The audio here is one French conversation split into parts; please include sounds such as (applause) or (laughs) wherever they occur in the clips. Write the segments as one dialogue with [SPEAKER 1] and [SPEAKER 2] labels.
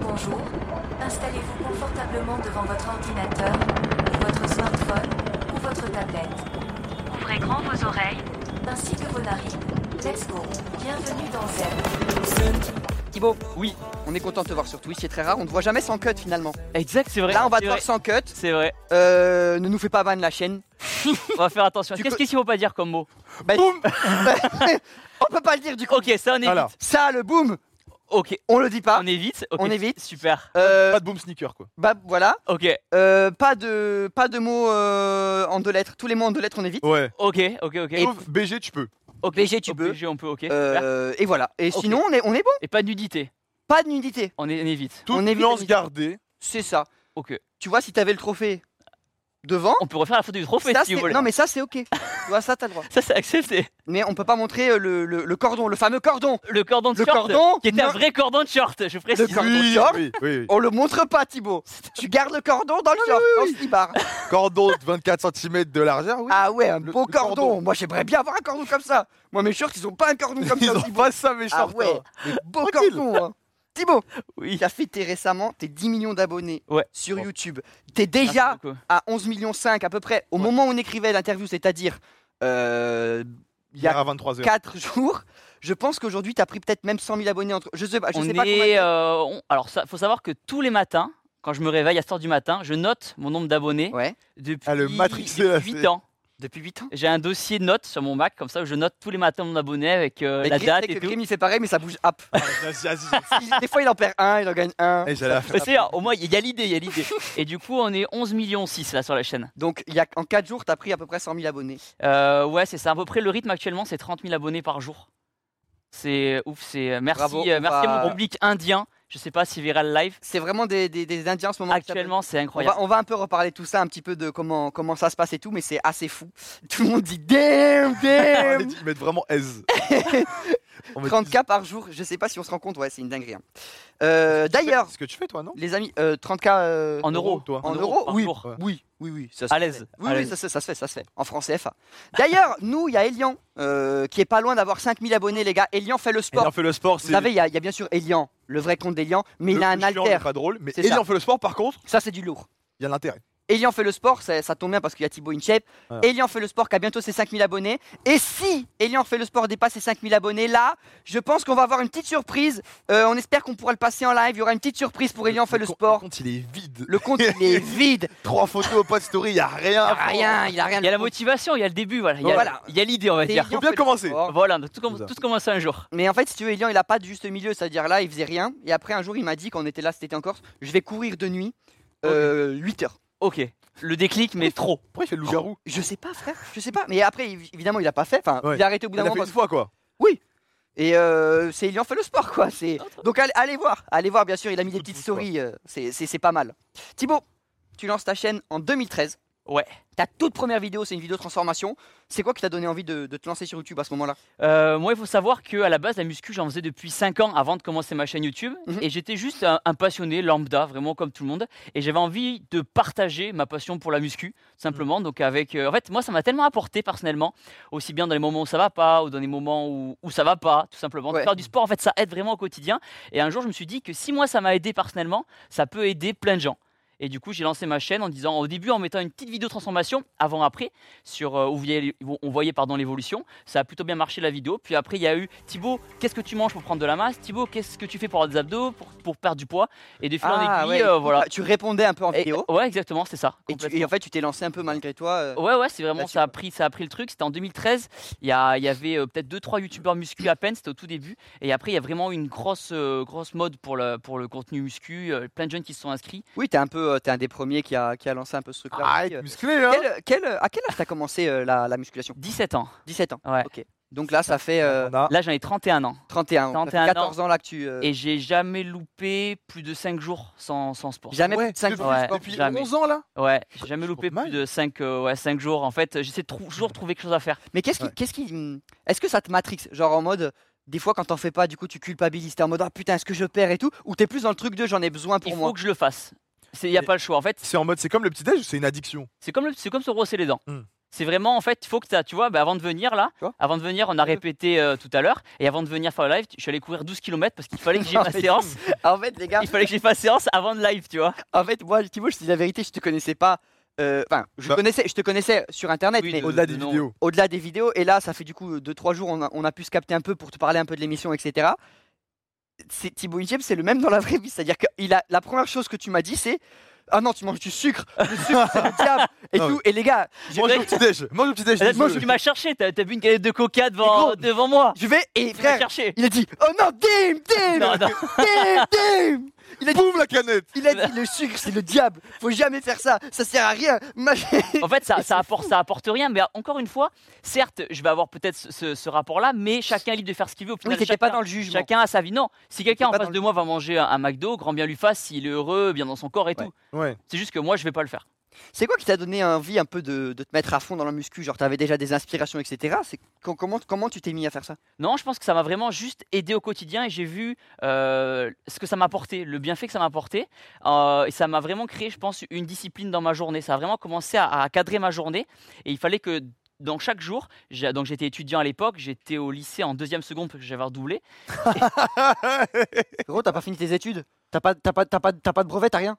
[SPEAKER 1] Bonjour, installez-vous confortablement devant votre ordinateur, ou votre smartphone ou votre tablette,
[SPEAKER 2] Ouvrez grand vos oreilles.
[SPEAKER 1] ainsi que vos narines. Let's go. Bienvenue dans Zen.
[SPEAKER 3] Thibaut, oui, on est content de te voir sur Twitch, c'est très rare, on te voit jamais sans cut finalement.
[SPEAKER 4] Exact, c'est vrai.
[SPEAKER 3] Là, on va
[SPEAKER 4] c'est
[SPEAKER 3] te voir
[SPEAKER 4] vrai,
[SPEAKER 3] sans cut.
[SPEAKER 4] C'est vrai.
[SPEAKER 3] Euh, ne nous fais pas ban la chaîne.
[SPEAKER 4] On va faire attention.
[SPEAKER 3] (laughs) Tu
[SPEAKER 4] Qu'est-ce
[SPEAKER 3] co-
[SPEAKER 4] qu'il ne faut pas dire comme mot
[SPEAKER 3] Bah, on peut pas le dire du coup.
[SPEAKER 4] Ok, ça on évite.
[SPEAKER 5] Alors.
[SPEAKER 3] Ça, le boom,
[SPEAKER 4] Ok,
[SPEAKER 3] on le dit pas.
[SPEAKER 4] on évite. ok,
[SPEAKER 3] Ah. On évite.
[SPEAKER 4] Super.
[SPEAKER 3] Euh,
[SPEAKER 5] Pas de boom sneaker quoi.
[SPEAKER 3] bah voilà,
[SPEAKER 4] Ok,
[SPEAKER 3] Euh, pas de pas de mots euh, en deux lettres. Tous les mots en deux lettres, on évite.
[SPEAKER 5] Ouais.
[SPEAKER 4] ok, ok, ok.
[SPEAKER 5] Sauf BG, tu peux.
[SPEAKER 4] ok,
[SPEAKER 3] BG, tu
[SPEAKER 4] ok,
[SPEAKER 3] peux.
[SPEAKER 4] BG, on peut, ok. super.
[SPEAKER 3] Euh, et voilà. Et
[SPEAKER 4] Ok.
[SPEAKER 3] sinon, on est on est bon.
[SPEAKER 4] Et pas de nudité.
[SPEAKER 3] Pas de nudité.
[SPEAKER 4] On, é- on évite.
[SPEAKER 5] Toute
[SPEAKER 3] On évite
[SPEAKER 5] nuance
[SPEAKER 3] les-
[SPEAKER 5] gardée.
[SPEAKER 3] C'est ça.
[SPEAKER 4] Ok.
[SPEAKER 3] Tu vois, si t'avais le trophée devant,
[SPEAKER 4] On peut refaire la photo du trophée
[SPEAKER 3] ça,
[SPEAKER 4] si
[SPEAKER 3] c'est-
[SPEAKER 4] vous voulez.
[SPEAKER 3] non mais ça c'est ok. tu vois, ça t'as le droit.
[SPEAKER 4] Ça, c'est accepté.
[SPEAKER 3] Mais on peut pas montrer euh, le, le- le cordon, le fameux cordon.
[SPEAKER 4] Le cordon de
[SPEAKER 3] Le
[SPEAKER 4] short.
[SPEAKER 3] cordon
[SPEAKER 4] qui était un
[SPEAKER 3] non.
[SPEAKER 4] vrai cordon de short, je précise. Ah,
[SPEAKER 3] Le cordon de
[SPEAKER 5] Oui,
[SPEAKER 3] short.
[SPEAKER 5] oui, oui, oui.
[SPEAKER 3] On le montre pas, Thibaut. Tu gardes le cordon dans le
[SPEAKER 5] Ah
[SPEAKER 3] short, dans le slibard.
[SPEAKER 5] Cordon de 24 cm de largeur, (laughs) oui.
[SPEAKER 3] Ah ouais, un
[SPEAKER 5] Le-
[SPEAKER 3] beau
[SPEAKER 5] le
[SPEAKER 3] cordon.
[SPEAKER 5] cordon.
[SPEAKER 3] Moi, j'aimerais bien avoir un cordon comme ça. Moi, mes shorts, ils ont pas un cordon comme
[SPEAKER 5] Ils
[SPEAKER 3] ça.
[SPEAKER 5] ont
[SPEAKER 3] Thibaut.
[SPEAKER 5] pas ça, mes
[SPEAKER 3] ah
[SPEAKER 5] shorts.
[SPEAKER 3] ouais,
[SPEAKER 5] hein.
[SPEAKER 3] mais beau
[SPEAKER 5] Tranquille.
[SPEAKER 3] cordon. hein. Thibaut,
[SPEAKER 4] Oui.
[SPEAKER 3] tu as fêté récemment tes 10 millions d'abonnés
[SPEAKER 4] Ouais.
[SPEAKER 3] sur
[SPEAKER 4] Oh.
[SPEAKER 3] YouTube. T'es
[SPEAKER 4] Ah,
[SPEAKER 3] déjà
[SPEAKER 4] c'est beaucoup.
[SPEAKER 3] à 11 millions 5 à peu près au
[SPEAKER 4] Ouais.
[SPEAKER 3] moment où on écrivait l'interview, c'est-à-dire euh, il y
[SPEAKER 5] Hier
[SPEAKER 3] a
[SPEAKER 5] à 23h.
[SPEAKER 3] 4 jours. Je pense qu'aujourd'hui, tu as pris peut-être même 100 000 abonnés. Entre... Je sais pas, je
[SPEAKER 4] on
[SPEAKER 3] sais pas combien.
[SPEAKER 4] est. euh, on- Alors, ça, faut savoir que tous les matins, quand je me réveille à 7h du matin, je note mon nombre d'abonnés
[SPEAKER 3] Ouais,
[SPEAKER 4] depuis,
[SPEAKER 5] Ah, le Matrix de la
[SPEAKER 4] 8
[SPEAKER 5] série.
[SPEAKER 4] ans.
[SPEAKER 3] depuis 8 ans.
[SPEAKER 4] J'ai un dossier de notes sur mon Mac, comme ça où je note tous les matins mon abonné avec euh,
[SPEAKER 3] Mais
[SPEAKER 4] la
[SPEAKER 3] Grim,
[SPEAKER 4] date
[SPEAKER 3] c'est
[SPEAKER 4] et
[SPEAKER 3] que
[SPEAKER 4] tout.
[SPEAKER 3] Grim, il fait pareil, mais ça bouge.
[SPEAKER 4] (laughs)
[SPEAKER 3] Hop.
[SPEAKER 5] Ah, Vas-y, vas-y.
[SPEAKER 3] (laughs) Il- Des fois, il en perd un, il en gagne un.
[SPEAKER 5] Eh, j'allais la faire.
[SPEAKER 4] Mais Euh, c'est, au moins, il y a l'idée, il y a l'idée. et du coup, on est 11 millions 6 là sur la chaîne.
[SPEAKER 3] Donc, il y a, en 4 jours, tu as pris à peu près 100 000 abonnés.
[SPEAKER 4] Euh, ouais, c'est ça. À peu près le rythme actuellement, c'est 30 000 abonnés par jour. C'est ouf, c'est merci,
[SPEAKER 3] Bravo,
[SPEAKER 4] euh,
[SPEAKER 3] on
[SPEAKER 4] merci
[SPEAKER 3] va-
[SPEAKER 4] à mon public indien. Je sais pas si verra le live.
[SPEAKER 3] C'est vraiment des, des- des Indiens en ce moment. qui s'appellent.
[SPEAKER 4] Actuellement, c'est
[SPEAKER 3] On
[SPEAKER 4] incroyable.
[SPEAKER 3] va, on va un peu reparler de tout ça, un petit peu de comment, comment ça se passe et tout, mais c'est assez fou. (laughs) Tout le monde dit damn, damn
[SPEAKER 5] Ils mettent vraiment
[SPEAKER 3] (laughs)
[SPEAKER 5] aise.
[SPEAKER 3] 30K par jour, je sais pas si on se rend compte, ouais, c'est une dinguerie. hein. Euh, D'ailleurs,
[SPEAKER 5] Ce que tu fais, toi, non
[SPEAKER 3] les amis, euh, 30K euh,
[SPEAKER 4] En euros,
[SPEAKER 5] toi.
[SPEAKER 3] en
[SPEAKER 4] en euros
[SPEAKER 3] euros,
[SPEAKER 4] par
[SPEAKER 3] oui,
[SPEAKER 4] jour.
[SPEAKER 3] oui, oui, oui, ça se
[SPEAKER 4] À
[SPEAKER 3] fait.
[SPEAKER 4] l'aise.
[SPEAKER 3] Oui,
[SPEAKER 4] à
[SPEAKER 3] oui,
[SPEAKER 4] l'aise.
[SPEAKER 3] ça, se- ça se fait, ça se fait. En France CFA. D'ailleurs, (laughs) nous, il y a Elian euh, qui est pas loin d'avoir 5000 abonnés, les gars. Elian fait le sport.
[SPEAKER 5] Ayant fait le sport,
[SPEAKER 3] Vous
[SPEAKER 5] c'est.
[SPEAKER 3] savez, il y, a il y a bien sûr Elian, le vrai compte d'Elian, mais
[SPEAKER 5] le
[SPEAKER 3] il a
[SPEAKER 5] plus
[SPEAKER 3] un
[SPEAKER 5] chiant,
[SPEAKER 3] alter.
[SPEAKER 5] mais Pas drôle, mais
[SPEAKER 3] C'est ça.
[SPEAKER 5] ayant fait le sport, par contre,
[SPEAKER 3] Ça, c'est du lourd.
[SPEAKER 5] il y a l'intérêt.
[SPEAKER 3] Elian fait le sport, ça, ça tombe bien parce qu'il y a Thibaut InShape.
[SPEAKER 5] Voilà.
[SPEAKER 3] Elian fait le sport qui a bientôt ses 5000 abonnés. Et si Elian fait le sport dépasse ses 5000 abonnés, là, je pense qu'on va avoir une petite surprise. Euh, on espère qu'on pourra le passer en live. Il y aura une petite surprise pour Elian fait le
[SPEAKER 5] compte-
[SPEAKER 3] sport.
[SPEAKER 5] compte, il est vide.
[SPEAKER 3] Le
[SPEAKER 5] (laughs)
[SPEAKER 3] compte, il est vide.
[SPEAKER 5] Trois photos, pas de story, il y a rien.
[SPEAKER 3] Il a rien, il a rien.
[SPEAKER 4] Il y a la motivation, il y a le début, voilà. Il y a,
[SPEAKER 3] Voilà.
[SPEAKER 4] il y a l'idée, on va
[SPEAKER 3] Et
[SPEAKER 4] dire.
[SPEAKER 3] Elian
[SPEAKER 5] Faut
[SPEAKER 3] fait
[SPEAKER 5] bien
[SPEAKER 3] le
[SPEAKER 5] commencer.
[SPEAKER 3] sport.
[SPEAKER 4] Voilà, on a tout, com-
[SPEAKER 5] C'est ça.
[SPEAKER 4] tout commencé un jour.
[SPEAKER 3] Mais en fait, si tu veux, Elian, il a pas de juste milieu. C'est-à-dire là, il faisait rien. Et après, un jour, il m'a dit, quand on était là, c'était en Corse, je vais courir de nuit euh, 8 heures.
[SPEAKER 4] Ok. Le déclic, mais trop.
[SPEAKER 5] Pourquoi il fait le loup-garou
[SPEAKER 3] Je sais pas, frère. Je sais pas. Mais après, évidemment, il a pas fait. Enfin,
[SPEAKER 5] Ouais.
[SPEAKER 3] il a arrêté au bout
[SPEAKER 5] Il
[SPEAKER 3] d'un
[SPEAKER 5] a
[SPEAKER 3] moment.
[SPEAKER 5] fait une
[SPEAKER 3] parce que-
[SPEAKER 5] fois, quoi.
[SPEAKER 3] Et euh, c'est il en fait le sport quoi. C'est donc allez, allez voir, allez voir bien sûr. Il a mis des
[SPEAKER 5] Tout
[SPEAKER 3] petites
[SPEAKER 5] le sport.
[SPEAKER 3] stories, euh, c'est- c'est c'est pas mal. Thibaut, tu lances ta chaîne en 2013.
[SPEAKER 4] Ouais.
[SPEAKER 3] Ta toute première vidéo, c'est une vidéo transformation. C'est quoi qui t'a donné envie de, de te lancer sur YouTube à ce moment-là
[SPEAKER 4] Euh, moi, il faut savoir que à la base, la muscu, j'en faisais depuis 5 ans avant de commencer ma chaîne YouTube.
[SPEAKER 3] Mhm.
[SPEAKER 4] Et j'étais juste un, un passionné, lambda, vraiment comme tout le monde. Et j'avais envie de partager ma passion pour la muscu, simplement.
[SPEAKER 3] Mhm.
[SPEAKER 4] Donc, avec. euh, en fait, moi, ça m'a tellement apporté personnellement, aussi bien dans les moments où ça va pas, ou dans les moments où, où ça va pas, tout simplement. De
[SPEAKER 3] Ouais.
[SPEAKER 4] Faire du sport, en fait, ça aide vraiment au quotidien. Et un jour, je me suis dit que si moi, ça m'a aidé personnellement, ça peut aider plein de gens. Et du coup, j'ai lancé ma chaîne en disant, au début, en mettant une petite vidéo transformation avant-après, sur euh, où vous voyez- où on voyait pardon l'évolution. Ça a plutôt bien marché la vidéo. Puis après, il y a eu Thibaut, qu'est-ce que tu manges pour prendre de la masse Thibaut, qu'est-ce que tu fais pour avoir des abdos, pour, pour perdre du poids Et de fil en aiguille,
[SPEAKER 3] Ah, ouais, bah,
[SPEAKER 4] euh, voilà.
[SPEAKER 3] Tu répondais un peu en
[SPEAKER 4] Et-
[SPEAKER 3] vidéo.
[SPEAKER 4] ouais, exactement, c'est ça.
[SPEAKER 3] Et, tu- et en fait, tu t'es lancé un peu malgré toi. euh,
[SPEAKER 4] Ouais, ouais, c'est vraiment,
[SPEAKER 3] là-dessus,
[SPEAKER 4] ça a,
[SPEAKER 3] quoi.
[SPEAKER 4] pris, ça a pris le truc. C'était en 2013. Il y, a- il y avait euh, peut-être 2-3 youtubeurs muscu à peine, c'était au tout début. Et après, il y a vraiment eu une grosse, euh, grosse mode pour le, pour le contenu muscu. euh, plein de jeunes qui se sont inscrits.
[SPEAKER 3] Oui, t'es un peu, euh, t'es un des premiers qui a, qui a lancé un peu ce truc-là.
[SPEAKER 4] Ah,
[SPEAKER 3] aussi, euh.
[SPEAKER 5] Arrête, musclé, hein.
[SPEAKER 3] Quel- quel- à quel âge t'as commencé euh, la, la musculation
[SPEAKER 4] 17 ans.
[SPEAKER 3] 17 ans.
[SPEAKER 4] Ouais.
[SPEAKER 3] Ok. Donc là, ça fait euh,
[SPEAKER 5] On a-
[SPEAKER 4] Là, j'en ai 31 ans.
[SPEAKER 3] 31. donc ça fait
[SPEAKER 4] 31 ans.
[SPEAKER 3] 14 ans là que tu. euh,
[SPEAKER 4] Et j'ai jamais loupé plus de 5 jours sans, sans sport.
[SPEAKER 3] Jamais Oh,
[SPEAKER 5] Ouais,
[SPEAKER 3] plus de 5
[SPEAKER 5] depuis-
[SPEAKER 3] ans.
[SPEAKER 4] Ouais,
[SPEAKER 5] Depuis
[SPEAKER 4] jamais.
[SPEAKER 5] 11 ans, là
[SPEAKER 4] Ouais, j'ai jamais loupé
[SPEAKER 5] mal.
[SPEAKER 4] plus de 5 ouais, cinq jours. En fait, j'essaie de
[SPEAKER 3] Mmh.
[SPEAKER 4] trou- toujours de trouver quelque chose à faire.
[SPEAKER 3] Mais qu'est-ce qui,
[SPEAKER 5] Ouais.
[SPEAKER 3] qu'est-ce qui, hum, est-ce que ça te matrixe, genre en mode, des fois quand t'en fais pas, du coup tu culpabilises, t'es en mode ah putain est-ce que je perds et tout, ou t'es plus dans le truc de j'en ai besoin
[SPEAKER 4] Il
[SPEAKER 3] pour
[SPEAKER 4] faut
[SPEAKER 3] moi.
[SPEAKER 4] que je le fasse. Il n'y a
[SPEAKER 5] Mais-
[SPEAKER 4] pas le choix. En fait,
[SPEAKER 5] C'est en mode, c'est comme le petit-déj, c'est une addiction.
[SPEAKER 3] Mmh.
[SPEAKER 4] c'est comme, le- c'est comme se brosser les dents.
[SPEAKER 5] Hmm.
[SPEAKER 4] C'est vraiment en fait, il faut que t'as- tu vois, bah, avant de venir là,
[SPEAKER 5] Quoi
[SPEAKER 4] avant de venir, on
[SPEAKER 3] Mmh.
[SPEAKER 4] a répété euh, tout à l'heure, et avant de venir faire le live, je suis allé courir 12 km parce qu'il fallait
[SPEAKER 3] (laughs)
[SPEAKER 4] que j'ai
[SPEAKER 3] Non,
[SPEAKER 4] ma
[SPEAKER 3] Ah, mais-
[SPEAKER 4] séance.
[SPEAKER 3] En fait, les gars,
[SPEAKER 4] Il fallait que j'ai ma séance avant le live, tu vois.
[SPEAKER 3] (laughs) en fait, moi, Thibaut, je te dis la vérité, je te connaissais pas. euh, Enfin, je,
[SPEAKER 5] Bah.
[SPEAKER 3] connaissais, je te connaissais sur internet,
[SPEAKER 4] Oui,
[SPEAKER 3] mais
[SPEAKER 4] de-
[SPEAKER 5] Au-delà
[SPEAKER 4] de
[SPEAKER 5] des
[SPEAKER 4] nom.
[SPEAKER 5] vidéos.
[SPEAKER 3] au-delà des vidéos, et là, ça fait du coup 2-3 jours, on a, on a pu se capter un peu pour te parler un peu de l'émission, etc. C'est Thibaut Inchep, c'est le même dans la vraie vie. C'est-à-dire que il a, la première chose que tu m'as dit, c'est Ah non, tu manges du sucre, le sucre, c'est le diable, et
[SPEAKER 5] (laughs) Non,
[SPEAKER 3] tout. Et les gars,
[SPEAKER 5] Mange
[SPEAKER 4] vrai-
[SPEAKER 5] le petit déj. Mange le petit déj.
[SPEAKER 4] Là,
[SPEAKER 5] dis-le.
[SPEAKER 4] tu m'as cherché, t'as t'as bu une galette de coca
[SPEAKER 3] Mais
[SPEAKER 4] devant,
[SPEAKER 3] gros,
[SPEAKER 4] devant moi.
[SPEAKER 3] je vais, et
[SPEAKER 4] Tu m'as
[SPEAKER 3] frère,
[SPEAKER 4] cherché.
[SPEAKER 3] il a dit Oh non, dim, dim,
[SPEAKER 4] Non, non.
[SPEAKER 3] dim, dim.
[SPEAKER 5] Boum la canette.
[SPEAKER 3] Il a dit Le sucre, c'est le diable, faut jamais faire ça, ça sert à rien. machin.
[SPEAKER 4] En fait, ça, ça, apporte, ça apporte rien, mais encore une fois, certes, je vais avoir peut-être ce, ce- ce rapport-là, mais chacun est libre de faire ce qu'il veut. Au
[SPEAKER 3] Oui,
[SPEAKER 4] final,
[SPEAKER 3] t'étais
[SPEAKER 4] chacun,
[SPEAKER 3] pas dans le jugement.
[SPEAKER 4] chacun a sa vie. Non, si
[SPEAKER 3] T'étais
[SPEAKER 4] quelqu'un en
[SPEAKER 3] pas
[SPEAKER 4] face
[SPEAKER 3] dans
[SPEAKER 4] de moi va manger un, un McDo, grand bien lui fasse, s'il est heureux, bien dans son corps et
[SPEAKER 3] Ouais.
[SPEAKER 4] tout.
[SPEAKER 5] Ouais.
[SPEAKER 4] C'est juste que moi, je vais pas le faire.
[SPEAKER 3] (laughs) C'est quoi qui t'a donné envie un peu de, de te mettre à fond dans la muscu Genre, t'avais déjà des inspirations, etc. C'est co- comment, comment tu t'es mis à faire ça
[SPEAKER 4] Non, je pense que ça m'a vraiment juste aidé au quotidien et j'ai vu euh, ce que ça m'a apporté, le bienfait que ça m'a apporté. Euh, et ça m'a vraiment créé, je pense, une discipline dans ma journée. Ça a vraiment commencé à, à cadrer ma journée et il fallait que dans chaque jour, j'ai- donc j'étais étudiant à l'époque, j'étais au lycée en deuxième seconde parce que j'avais redoublé.
[SPEAKER 3] (laughs) Gros, t'as pas fini tes études T'as pas, t'as pas, t'as pas, t'as pas de brevet, t'as rien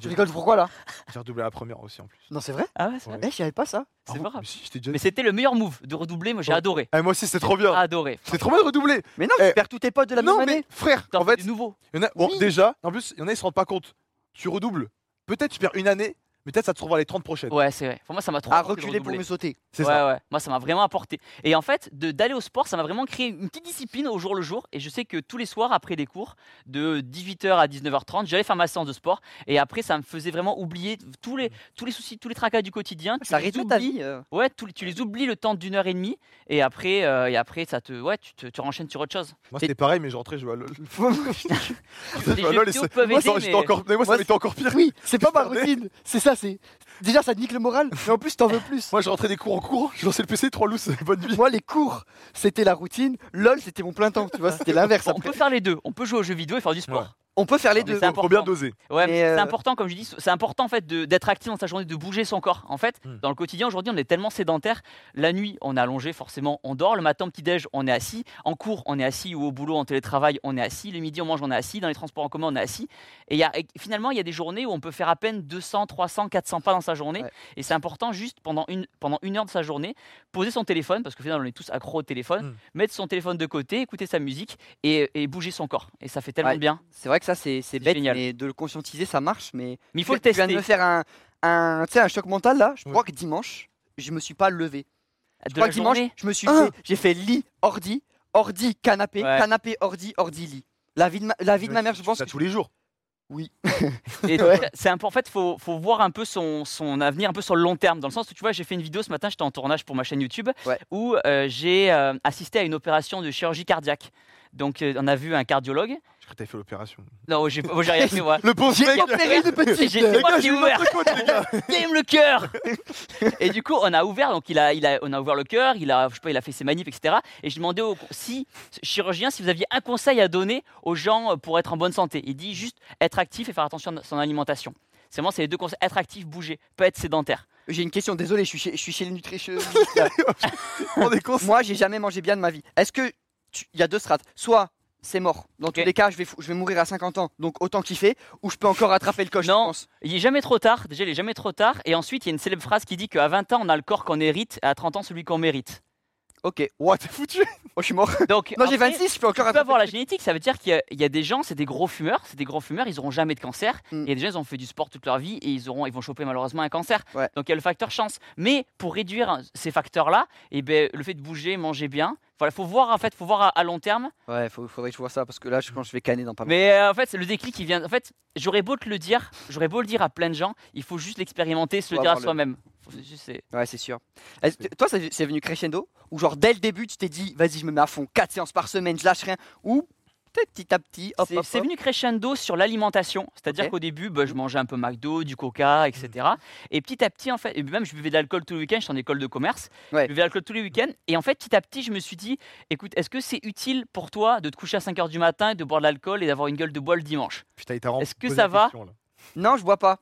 [SPEAKER 3] Tu rigoles pourquoi là
[SPEAKER 5] J'ai redoublé la première aussi en plus.
[SPEAKER 3] Non, c'est vrai
[SPEAKER 4] Ah ouais, c'est
[SPEAKER 5] Ouais.
[SPEAKER 4] vrai.
[SPEAKER 3] Eh, je savais pas ça.
[SPEAKER 5] Ah
[SPEAKER 4] C'est
[SPEAKER 5] bon
[SPEAKER 4] pas grave.
[SPEAKER 5] Mais si, je t'ai déjà
[SPEAKER 4] Mais
[SPEAKER 5] dit.
[SPEAKER 4] c'était le meilleur move de redoubler, moi j'ai
[SPEAKER 5] Ouais.
[SPEAKER 4] adoré.
[SPEAKER 5] Ah, moi aussi, c'est trop bien.
[SPEAKER 4] Adoré.
[SPEAKER 5] C'est trop bien de redoubler.
[SPEAKER 3] Mais non, tu
[SPEAKER 5] Eh.
[SPEAKER 3] perds tous tes potes de la
[SPEAKER 5] non,
[SPEAKER 3] même
[SPEAKER 5] mais
[SPEAKER 3] année.
[SPEAKER 5] frère,
[SPEAKER 4] T'en
[SPEAKER 5] en
[SPEAKER 4] fais
[SPEAKER 5] fait,
[SPEAKER 4] du nouveau.
[SPEAKER 5] il y en a, bon,
[SPEAKER 3] Oui.
[SPEAKER 5] déjà, en plus, il y en a, ils se rendent pas compte. Tu redoubles. Peut-être tu perds une année, mais peut-être ça te retrouvera les 30 prochaines.
[SPEAKER 4] Ouais, c'est vrai. Pour moi, ça m'a trop.
[SPEAKER 3] À
[SPEAKER 4] apporté de
[SPEAKER 3] Ah, reculer pour
[SPEAKER 4] redoubler.
[SPEAKER 3] me sauter.
[SPEAKER 5] C'est
[SPEAKER 4] ouais,
[SPEAKER 5] ça.
[SPEAKER 4] ouais. Moi, ça m'a vraiment apporté. Et en fait, de d'aller au sport, ça m'a vraiment créé une petite discipline au jour le jour. Et je sais que tous les soirs, après les cours, de 18h à 19h30, j'allais faire ma séance de sport. Et après, ça me faisait vraiment oublier tous les, tous les soucis, tous les tracas du quotidien. Tu
[SPEAKER 3] Ça
[SPEAKER 4] les
[SPEAKER 3] rythme ta
[SPEAKER 4] oublies.
[SPEAKER 3] vie. euh.
[SPEAKER 4] Ouais, tous les- tu les oublies le temps d'une heure et demie. Et après, euh, et après ça te, ouais, tu, te, tu renchaînes sur autre chose.
[SPEAKER 5] Moi, c'était pareil, mais je rentrais, je jouais à LoL.
[SPEAKER 3] (laughs)
[SPEAKER 4] Les
[SPEAKER 5] Je jouais à
[SPEAKER 4] jeux
[SPEAKER 5] LoL et
[SPEAKER 4] vidéo
[SPEAKER 5] ça-
[SPEAKER 4] peuvent
[SPEAKER 5] moi,
[SPEAKER 4] aider,
[SPEAKER 5] ça- j'étais
[SPEAKER 4] mais-
[SPEAKER 5] encore- mais moi, ça
[SPEAKER 3] Moi,
[SPEAKER 5] m'était encore pire.
[SPEAKER 3] (laughs) Oui, c'est pas ma
[SPEAKER 5] Regardez.
[SPEAKER 3] routine. C'est ça, c'est. Déjà, ça te nique le moral, mais en plus, t'en veux plus.
[SPEAKER 5] Moi, je rentrais des cours en cours, je lançais le PC, trois loose, (laughs) bonne vie.
[SPEAKER 3] Moi, les cours, c'était la routine. LOL, c'était mon plein temps. Tu vois, c'était l'inverse.
[SPEAKER 4] Bon, on
[SPEAKER 3] après.
[SPEAKER 4] peut faire les deux. On peut jouer aux jeux vidéo et faire du sport.
[SPEAKER 5] Ouais.
[SPEAKER 3] On peut faire les
[SPEAKER 4] Non, mais
[SPEAKER 3] deux.
[SPEAKER 4] c'est
[SPEAKER 5] Faut bien doser.
[SPEAKER 3] Mais,
[SPEAKER 4] Ouais, mais c'est
[SPEAKER 3] euh,
[SPEAKER 4] important, comme je dis, c'est important en fait de- d'être actif dans sa journée, de bouger son corps. En fait,
[SPEAKER 5] Hmm.
[SPEAKER 4] dans le quotidien aujourd'hui, on est tellement sédentaire. La nuit, on est allongé, forcément, on dort. Le matin, petit déj, on est assis. En cours, on est assis ou au boulot, en télétravail, on est assis. Le midi, on mange, on est assis. Dans les transports en commun, on est assis. Et, il y a- et finalement, il y a des journées où on peut faire à peine 200, 300, 400 pas dans sa journée.
[SPEAKER 3] Ouais.
[SPEAKER 4] Et c'est important juste pendant une pendant une heure de sa journée, poser son téléphone parce que finalement, on est tous accro au téléphone.
[SPEAKER 5] Hmm.
[SPEAKER 4] Mettre son téléphone de côté, écouter sa musique et, et bouger son corps. Et ça fait tellement
[SPEAKER 3] Ouais.
[SPEAKER 4] de bien.
[SPEAKER 3] C'est vrai que ça, c'est c'est
[SPEAKER 4] C'est
[SPEAKER 3] bête,
[SPEAKER 4] génial.
[SPEAKER 3] mais de le conscientiser, ça marche. Mais
[SPEAKER 4] Mais il faut le
[SPEAKER 3] Tu viens
[SPEAKER 4] tester.
[SPEAKER 3] de me faire un, un, tu sais, un choc mental là. Je
[SPEAKER 5] Oui.
[SPEAKER 3] crois que dimanche, je me suis pas levé. Je
[SPEAKER 4] De
[SPEAKER 3] crois
[SPEAKER 4] la
[SPEAKER 3] que dimanche,
[SPEAKER 4] journée.
[SPEAKER 3] je me suis
[SPEAKER 5] Ah
[SPEAKER 3] levé. J'ai fait lit, ordi, ordi, canapé,
[SPEAKER 4] Ouais.
[SPEAKER 3] canapé, ordi, ordi, lit. La vie de ma, la vie de ma mère, je
[SPEAKER 5] Tu
[SPEAKER 3] pense.
[SPEAKER 5] fais Ça
[SPEAKER 3] que-
[SPEAKER 5] tous les jours.
[SPEAKER 4] Et donc, c'est un peu- en fait, faut, faut voir un peu son, son avenir un peu sur le long terme. Dans le sens où tu vois, j'ai fait une vidéo ce matin, j'étais en tournage pour ma chaîne YouTube,
[SPEAKER 3] Ouais.
[SPEAKER 4] où euh, j'ai euh, assisté à une opération de chirurgie cardiaque. Donc, euh, on a vu un cardiologue.
[SPEAKER 5] Je crois que t'avais fait l'opération.
[SPEAKER 4] Non, j'ai moi, j'ai rien fait, moi.
[SPEAKER 5] Le pauvre mec.
[SPEAKER 3] opéré de (laughs)
[SPEAKER 4] J'ai-
[SPEAKER 3] petite.
[SPEAKER 4] j'ai-
[SPEAKER 5] Les
[SPEAKER 4] moi qui
[SPEAKER 5] gars,
[SPEAKER 4] ai
[SPEAKER 5] j'ai eu
[SPEAKER 4] ouvert.
[SPEAKER 5] votre côte, les gars.
[SPEAKER 4] T'aimes le cœur Et du coup, on a ouvert, donc il a, il a, on a ouvert le cœur, il a, je sais pas, il a fait ses manips, etc. Et je demandais au si, chirurgien si vous aviez un conseil à donner aux gens pour être en bonne santé. Il dit juste être actif et faire attention à son alimentation. C'est vraiment c'est les deux conseils être actif, bouger, pas être sédentaire.
[SPEAKER 3] J'ai une question. Désolé, je suis chez, je suis chez les nutritionnistes.
[SPEAKER 5] (laughs) On est cons.
[SPEAKER 3] Moi, j'ai jamais mangé bien de ma vie. Est-ce que tu- il y a deux strates Soit c'est mort. Dans
[SPEAKER 4] Ok.
[SPEAKER 3] tous les cas, je vais, fou- je vais mourir à 50 ans, donc autant kiffer. Ou je peux encore attraper le coche. je
[SPEAKER 4] Non.
[SPEAKER 3] pense.
[SPEAKER 4] Il est jamais trop tard, déjà il est jamais trop tard, et ensuite il y a une célèbre phrase qui dit qu'à 20 ans on a le corps qu'on hérite, et à 30 ans celui qu'on mérite.
[SPEAKER 3] Ok.
[SPEAKER 5] Ouah, t'es foutu.
[SPEAKER 3] Oh, je suis
[SPEAKER 4] (laughs)
[SPEAKER 3] mort.
[SPEAKER 4] Donc
[SPEAKER 3] Non, j'ai
[SPEAKER 4] après,
[SPEAKER 3] 26. Je peux encore
[SPEAKER 4] Tu peux
[SPEAKER 3] attraper.
[SPEAKER 4] avoir la génétique, ça veut dire qu'il y a- il y, a des gens, c'est des gros fumeurs, c'est des gros fumeurs, ils auront jamais de cancer.
[SPEAKER 3] Mm.
[SPEAKER 4] Il y a des gens, ils ont fait du sport toute leur vie et ils, auront, ils vont choper malheureusement un cancer.
[SPEAKER 3] Ouais.
[SPEAKER 4] Donc il y a le facteur chance. Mais pour réduire hein, ces facteurs-là, et ben, le fait de bouger, manger bien, voilà, faut voir en fait, faut voir à, à long terme.
[SPEAKER 3] Ouais, faut- faudrait que je vois ça parce que là, je, quand je vais canner dans pas mal.
[SPEAKER 4] Mais euh, en fait, c'est le déclic qui vient. En fait, j'aurais beau te le dire, j'aurais beau le dire à plein de gens, il faut juste l'expérimenter, se
[SPEAKER 3] Faut
[SPEAKER 4] le dire à
[SPEAKER 3] avoir le-
[SPEAKER 4] soi-même. Faut- c'est- c'est-
[SPEAKER 3] Ouais, c'est sûr. Est-ce que- toi, ça- c'est venu crescendo Ou genre dès le début, tu t'es dit, vas-y, je me mets à fond, 4 séances par semaine, je lâche rien Ou peut-être petit à petit, hop,
[SPEAKER 4] C'est-
[SPEAKER 3] hop,
[SPEAKER 4] C'est
[SPEAKER 3] hop.
[SPEAKER 4] venu crescendo sur l'alimentation, c'est-à-dire
[SPEAKER 3] Ok. Mmh.
[SPEAKER 4] qu'au début, bah, je mangeais un peu McDo, du Coca, etc. Et petit à petit, en fait, et même je buvais de l'alcool tous les week-ends, j'étais en école de commerce,
[SPEAKER 3] Ouais.
[SPEAKER 4] je buvais de l'alcool tous les week-ends. Et en fait, petit à petit, je me suis dit, écoute, est-ce que c'est utile pour toi de te coucher à 5 heures du matin, et de boire de l'alcool et d'avoir une gueule de bois le dimanche
[SPEAKER 5] (laughs) Putain, il t'a vraiment
[SPEAKER 4] Est-ce que
[SPEAKER 5] posé
[SPEAKER 4] ça
[SPEAKER 5] la
[SPEAKER 4] va
[SPEAKER 5] question, là.
[SPEAKER 3] Non, je bois pas.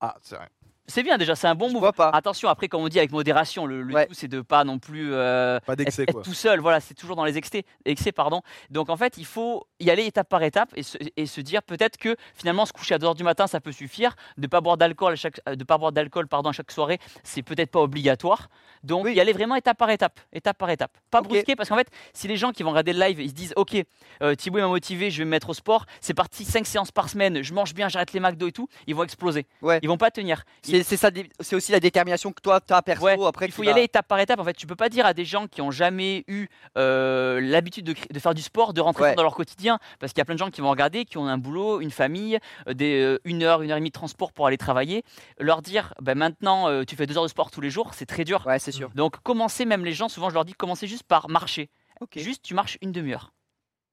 [SPEAKER 5] Ah, c'est vrai.
[SPEAKER 4] c'est bien déjà, c'est un bon
[SPEAKER 3] Je
[SPEAKER 4] move.
[SPEAKER 3] vois pas.
[SPEAKER 4] Attention, après, comme on dit avec modération, le, le
[SPEAKER 3] Ouais.
[SPEAKER 4] tout c'est de pas non plus euh,
[SPEAKER 5] Pas
[SPEAKER 4] être,
[SPEAKER 5] d'excès
[SPEAKER 4] être
[SPEAKER 5] quoi.
[SPEAKER 4] tout seul. Voilà, c'est toujours dans les excès, excès, pardon. Donc en fait, il faut y aller étape par étape et se, et se dire peut-être que finalement se coucher à 2h du matin, ça peut suffire. De pas boire d'alcool à chaque, euh, de pas boire d'alcool, pardon, à chaque soirée, c'est peut-être pas obligatoire. Donc y aller vraiment étape par étape, étape par étape. Pas
[SPEAKER 3] Ok.
[SPEAKER 4] brusquer parce qu'en fait, si les gens qui vont regarder le live, ils se disent OK, euh, Thibaut il m'a motivé, je vais me mettre au sport. C'est parti, 5 séances par semaine, je mange bien, j'arrête les McDo et tout. Ils vont exploser.
[SPEAKER 3] Ouais.
[SPEAKER 4] Ils vont pas tenir.
[SPEAKER 3] C'est c'est ça, dé- c'est aussi la détermination que toi t'as perso.
[SPEAKER 4] Ouais,
[SPEAKER 3] après,
[SPEAKER 4] il
[SPEAKER 3] qui
[SPEAKER 4] faut y
[SPEAKER 3] va-
[SPEAKER 4] aller étape par étape. En fait, tu peux pas dire à des gens qui ont jamais eu euh, l'habitude de, cré- de faire du sport de rentrer
[SPEAKER 3] Ouais.
[SPEAKER 4] dans leur quotidien, parce qu'il y a plein de gens qui vont regarder, qui ont un boulot, une famille, euh, des euh, une heure, une heure et demie de transport pour aller travailler. Leur dire, ben maintenant, euh, tu fais deux heures de sport tous les jours, c'est très dur.
[SPEAKER 3] Ouais, c'est sûr.
[SPEAKER 4] Donc, commencez même les gens. Souvent, je leur dis, commencez juste par marcher.
[SPEAKER 3] Ok.
[SPEAKER 4] Juste, tu marches une demi-heure.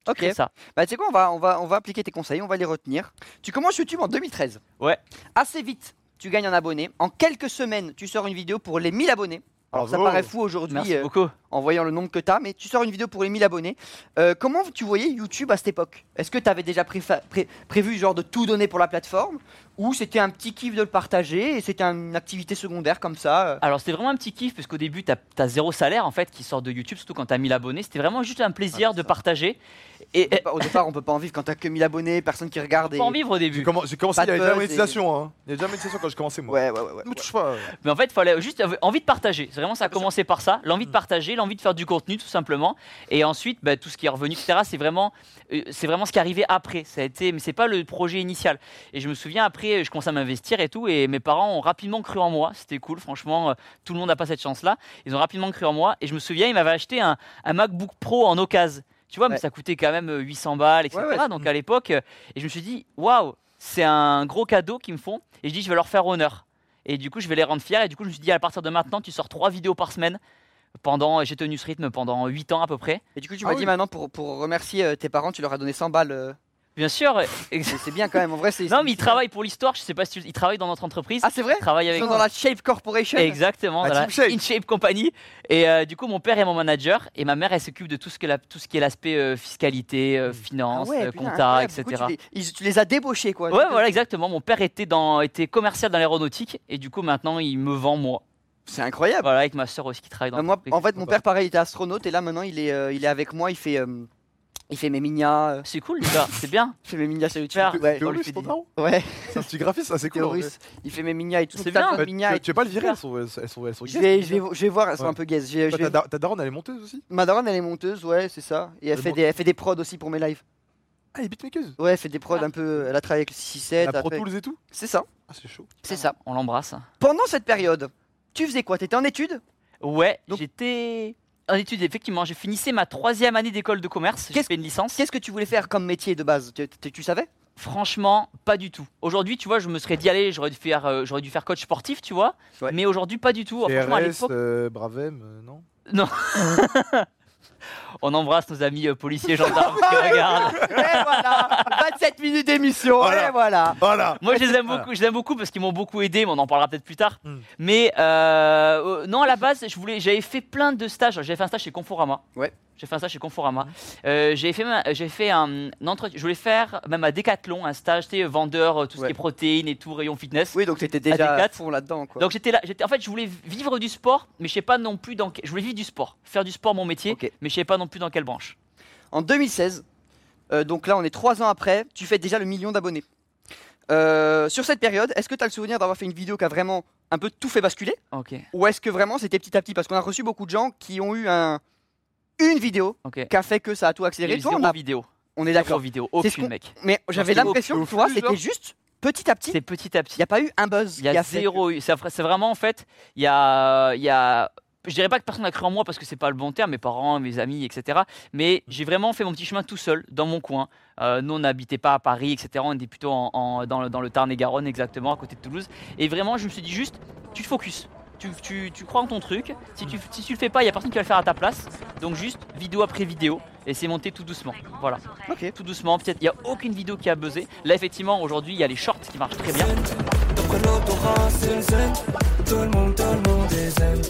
[SPEAKER 4] Tu
[SPEAKER 3] Ok.
[SPEAKER 4] crées ça.
[SPEAKER 3] Bah, tu sais quoi, on va, on, va, on va appliquer tes conseils, on va les retenir. Tu commences YouTube en 2013.
[SPEAKER 4] Ouais.
[SPEAKER 3] Assez vite, tu gagnes un abonné. En quelques semaines, tu sors une vidéo pour les 1000 abonnés. Alors, ça
[SPEAKER 5] Bravo.
[SPEAKER 3] paraît fou aujourd'hui
[SPEAKER 4] Merci
[SPEAKER 3] euh,
[SPEAKER 4] beaucoup.
[SPEAKER 3] en voyant le nombre que t'as, mais tu sors une vidéo pour les 1000 abonnés. Euh, comment tu voyais YouTube à cette époque Est-ce que t'avais déjà préfa- pré- prévu genre de tout donner pour la plateforme Ou c'était un petit kiff de le partager et c'était une activité secondaire comme ça euh
[SPEAKER 4] Alors c'était vraiment un petit kiff parce qu'au début t'as as zéro salaire en fait qui sort de YouTube surtout quand t'as 1000 abonnés c'était vraiment juste un plaisir
[SPEAKER 3] Ah, c'est
[SPEAKER 4] de
[SPEAKER 3] ça.
[SPEAKER 4] partager et,
[SPEAKER 3] On peut
[SPEAKER 4] et-
[SPEAKER 3] pas- Au départ, on peut pas en vivre quand t'as que 1000 abonnés, personne qui regarde.
[SPEAKER 4] faut
[SPEAKER 3] Et...
[SPEAKER 4] en vivre au
[SPEAKER 5] J'ai
[SPEAKER 4] début
[SPEAKER 5] commen- j'ai commencé,
[SPEAKER 3] Pas
[SPEAKER 5] il y
[SPEAKER 3] de
[SPEAKER 5] avait déjà la
[SPEAKER 3] buzz et-
[SPEAKER 5] monétisation. Hein. Il y avait déjà la monétisation quand j'ai commencé moi.
[SPEAKER 3] Ouais, ouais, ouais. ouais,
[SPEAKER 5] Ne me
[SPEAKER 3] ouais.
[SPEAKER 5] touche pas.
[SPEAKER 4] (laughs) Mais en fait, il fallait juste av- envie de partager. C'est vraiment ça a commencé par ça, l'envie de
[SPEAKER 3] Mm.
[SPEAKER 4] partager, l'envie de faire du contenu tout simplement. Et ensuite, bah, tout ce qui est revenu, etc. C'est vraiment, euh, c'est vraiment ce qui est arrivé après. Ça a été, mais c'est pas le projet initial. Et je me souviens après, je commençais à m'investir et tout, et mes parents ont rapidement cru en moi. C'était cool, franchement, euh, tout le monde n'a pas cette chance-là. Ils ont rapidement cru en moi. Et je me souviens, ils m'avaient acheté un, un MacBook Pro en occasion. Tu vois, mais
[SPEAKER 3] Ouais.
[SPEAKER 4] ça coûtait quand même euh, 800 balles, etc.
[SPEAKER 3] Ouais, ouais.
[SPEAKER 4] Donc à l'époque, euh, et je me suis dit, waouh, c'est un gros cadeau qu'ils me font. Et je dis, je vais leur faire honneur. Et du coup, je vais les rendre fiers. Et du coup, je me suis dit, à partir de maintenant, tu sors trois vidéos par semaine. Pendant, j'ai tenu ce rythme pendant 8 ans à peu près.
[SPEAKER 3] Et du coup, tu
[SPEAKER 5] Ah
[SPEAKER 3] m'as
[SPEAKER 5] oui.
[SPEAKER 3] dit maintenant pour, pour remercier euh, tes parents, tu leur as donné 100 balles. (laughs) euh,
[SPEAKER 4] Bien sûr. euh,
[SPEAKER 3] C'est c'est bien quand même, en vrai, c'est.
[SPEAKER 4] non,
[SPEAKER 3] c'est-
[SPEAKER 4] mais ils
[SPEAKER 3] c'est-
[SPEAKER 4] travaillent pour l'histoire. Je sais pas si tu- ils travaillent dans notre entreprise.
[SPEAKER 3] Ah, c'est vrai
[SPEAKER 4] Ils travaillent
[SPEAKER 3] Ils
[SPEAKER 4] avec.
[SPEAKER 3] sont dans la Ah, Shape Corporation
[SPEAKER 4] Exactement,
[SPEAKER 5] La
[SPEAKER 4] dans la
[SPEAKER 5] Team Shape.
[SPEAKER 4] InShape Company. Et euh, du coup, mon père est mon manager et ma mère, elle s'occupe de tout ce, que la- tout ce qui est l'aspect euh, fiscalité, euh,
[SPEAKER 3] Ah
[SPEAKER 4] finance,
[SPEAKER 3] ouais,
[SPEAKER 4] euh,
[SPEAKER 3] putain,
[SPEAKER 4] compta,
[SPEAKER 3] incroyable.
[SPEAKER 4] etc.
[SPEAKER 3] Du coup, tu, les, ils- tu les as débauchés, quoi.
[SPEAKER 4] Ouais, voilà, exactement. Mon père était, dans, était commercial dans l'aéronautique et du coup, maintenant, il me vend moi.
[SPEAKER 3] euh, C'est incroyable.
[SPEAKER 4] Voilà, avec ma soeur aussi qui travaille dans
[SPEAKER 3] Non, Ah. Bah, moi,
[SPEAKER 4] l'entreprise.
[SPEAKER 3] en fait, mon père, pareil, il était astronaute et là, maintenant, il est, euh, il est avec moi, il fait. euh, il fait mes mignas, euh,
[SPEAKER 4] C'est cool, les gars, c'est bien.
[SPEAKER 3] il fait mes mignas sur YouTube.
[SPEAKER 4] Faire-
[SPEAKER 3] Ah, ouais,
[SPEAKER 5] Théo
[SPEAKER 3] on lui
[SPEAKER 5] Russe,
[SPEAKER 3] fait
[SPEAKER 5] ton
[SPEAKER 3] des-
[SPEAKER 5] daron
[SPEAKER 3] ouais,
[SPEAKER 5] C'est un petit graphiste, ça, c'est cool.
[SPEAKER 3] Théo
[SPEAKER 5] en vrai.
[SPEAKER 3] Russe, il fait mes mignas et tout.
[SPEAKER 4] C'est
[SPEAKER 3] tout ça,
[SPEAKER 4] bien.
[SPEAKER 3] mes
[SPEAKER 5] Bah,
[SPEAKER 3] mignas
[SPEAKER 5] tu,
[SPEAKER 3] et
[SPEAKER 5] tu vas pas le virer, elles sont, elles sont, elles sont, elles sont
[SPEAKER 3] Je vais, je, vais,
[SPEAKER 5] Toi,
[SPEAKER 3] je vais voir, elles sont
[SPEAKER 5] Ouais.
[SPEAKER 3] un peu gaze. Je vais- je
[SPEAKER 5] ta,
[SPEAKER 3] vais-
[SPEAKER 5] dar- ta daronne, elle est monteuse aussi
[SPEAKER 3] Ma daronne, elle est monteuse, ouais, c'est ça. Et elle
[SPEAKER 5] Euh,
[SPEAKER 3] fait,
[SPEAKER 5] bon.
[SPEAKER 3] des, elle fait des prods aussi pour mes lives.
[SPEAKER 5] Ah, elle est beatmakeuse
[SPEAKER 3] Ouais, elle fait des prods un peu. Elle a travaillé avec le 667.
[SPEAKER 5] La
[SPEAKER 3] elle a
[SPEAKER 5] Pro
[SPEAKER 3] fait-
[SPEAKER 5] Tools et tout
[SPEAKER 3] C'est ça,
[SPEAKER 5] Ah, c'est chaud.
[SPEAKER 3] c'est ça.
[SPEAKER 4] On l'embrasse. hein.
[SPEAKER 3] Pendant cette période, tu faisais quoi T'étais en études
[SPEAKER 4] Ouais,
[SPEAKER 3] Donc-
[SPEAKER 4] j'étais en études, effectivement. Je finissais ma troisième année d'école de commerce. J'ai
[SPEAKER 3] Qu'est-ce-
[SPEAKER 4] fait une licence.
[SPEAKER 3] Qu'est-ce que tu voulais faire comme métier de base tu, tu- tu savais
[SPEAKER 4] Franchement, pas du tout. Aujourd'hui, tu vois, je me serais dit, allez, j'aurais dû faire, euh, j'aurais dû faire coach sportif, tu vois.
[SPEAKER 3] Ouais.
[SPEAKER 4] Mais aujourd'hui, pas du tout. Franchement, à
[SPEAKER 5] RS,
[SPEAKER 4] l'époque,
[SPEAKER 5] euh, Bravem, euh, non
[SPEAKER 4] on embrasse nos amis euh, policiers, gendarmes
[SPEAKER 3] (laughs)
[SPEAKER 4] qui regardent.
[SPEAKER 3] (laughs) Et voilà 27 minutes d'émission,
[SPEAKER 5] Voilà.
[SPEAKER 3] et voilà
[SPEAKER 5] Voilà
[SPEAKER 4] Moi, je les
[SPEAKER 3] Ah.
[SPEAKER 4] aime
[SPEAKER 5] Voilà.
[SPEAKER 4] beaucoup, je les aime beaucoup parce qu'ils m'ont beaucoup aidé, mais on en parlera peut-être plus tard.
[SPEAKER 5] Hmm.
[SPEAKER 4] Mais euh, euh, non, à la base, je voulais, j'avais fait plein de stages. J'avais fait un stage chez Conforama.
[SPEAKER 3] Ouais.
[SPEAKER 4] J'ai fait un stage chez Conforama. Euh, j'ai fait, ma- j'ai fait un, un entretien. Je voulais faire même à Decathlon un stage, tu sais, vendeur, euh, tout ce
[SPEAKER 3] Ouais.
[SPEAKER 4] qui est protéines et tout, rayon fitness.
[SPEAKER 3] Oui, donc t'étais déjà à
[SPEAKER 4] Adéquate.
[SPEAKER 3] fond là-dedans, quoi.
[SPEAKER 4] Donc j'étais là, j'étais en fait je voulais vivre du sport, mais je sais pas non plus dans que- je voulais vivre du sport, faire du sport mon métier,
[SPEAKER 3] Ok.
[SPEAKER 4] mais je sais pas non plus dans quelle branche.
[SPEAKER 3] En 2016, euh, donc là, on est 3 ans après, tu fais déjà le million d'abonnés. Euh, sur cette période, est-ce que tu as le souvenir d'avoir fait une vidéo qui a vraiment un peu tout fait basculer
[SPEAKER 4] OK.
[SPEAKER 3] Ou est-ce que vraiment c'était petit à petit Parce qu'on a reçu beaucoup de gens qui ont eu un, une vidéo
[SPEAKER 4] OK.
[SPEAKER 3] qui a fait que ça a tout
[SPEAKER 4] Il y a
[SPEAKER 3] accéléré.
[SPEAKER 4] eu
[SPEAKER 3] Toi, on,
[SPEAKER 4] zéro
[SPEAKER 3] a-
[SPEAKER 4] vidéo,
[SPEAKER 3] on est
[SPEAKER 4] zéro
[SPEAKER 3] d'accord.
[SPEAKER 4] vidéo,
[SPEAKER 3] C'est ce
[SPEAKER 4] aucune
[SPEAKER 3] qu'on-
[SPEAKER 4] mec.
[SPEAKER 3] Mais j'avais
[SPEAKER 5] Parce que au-
[SPEAKER 3] l'impression
[SPEAKER 5] au
[SPEAKER 3] que toi,
[SPEAKER 5] flux,
[SPEAKER 3] c'était
[SPEAKER 5] genre.
[SPEAKER 3] juste petit à petit.
[SPEAKER 4] hein. C'est petit à petit.
[SPEAKER 3] Il n'y a pas eu un buzz.
[SPEAKER 4] Il y
[SPEAKER 3] qui
[SPEAKER 4] a
[SPEAKER 3] fait
[SPEAKER 4] zéro. eu- C'est c'est vraiment en fait, il y a, il y a. Je dirais pas que personne n'a cru en moi parce que c'est pas le bon terme, mes parents, mes amis, etc. Mais j'ai vraiment fait mon petit chemin tout seul, dans mon coin. Euh, nous, on n'habitait pas à Paris, etc. On était plutôt en, en- dans, le, dans le Tarn-et-Garonne, exactement, à côté de Toulouse. Et vraiment, je me suis dit juste, tu te focuses. Tu, tu, tu crois en ton truc. Si tu, si tu le fais pas, il y a personne qui va le faire à ta place. Donc juste vidéo après vidéo. Et c'est monté tout doucement. Voilà.
[SPEAKER 3] que- Ok.
[SPEAKER 4] Tout doucement. Peut-être il n'y a aucune vidéo qui a buzzé. Là, effectivement, aujourd'hui, il y a les shorts qui marchent très bien.
[SPEAKER 6] Donc l'odorat c'est le zen Tout le monde, tout le monde est zen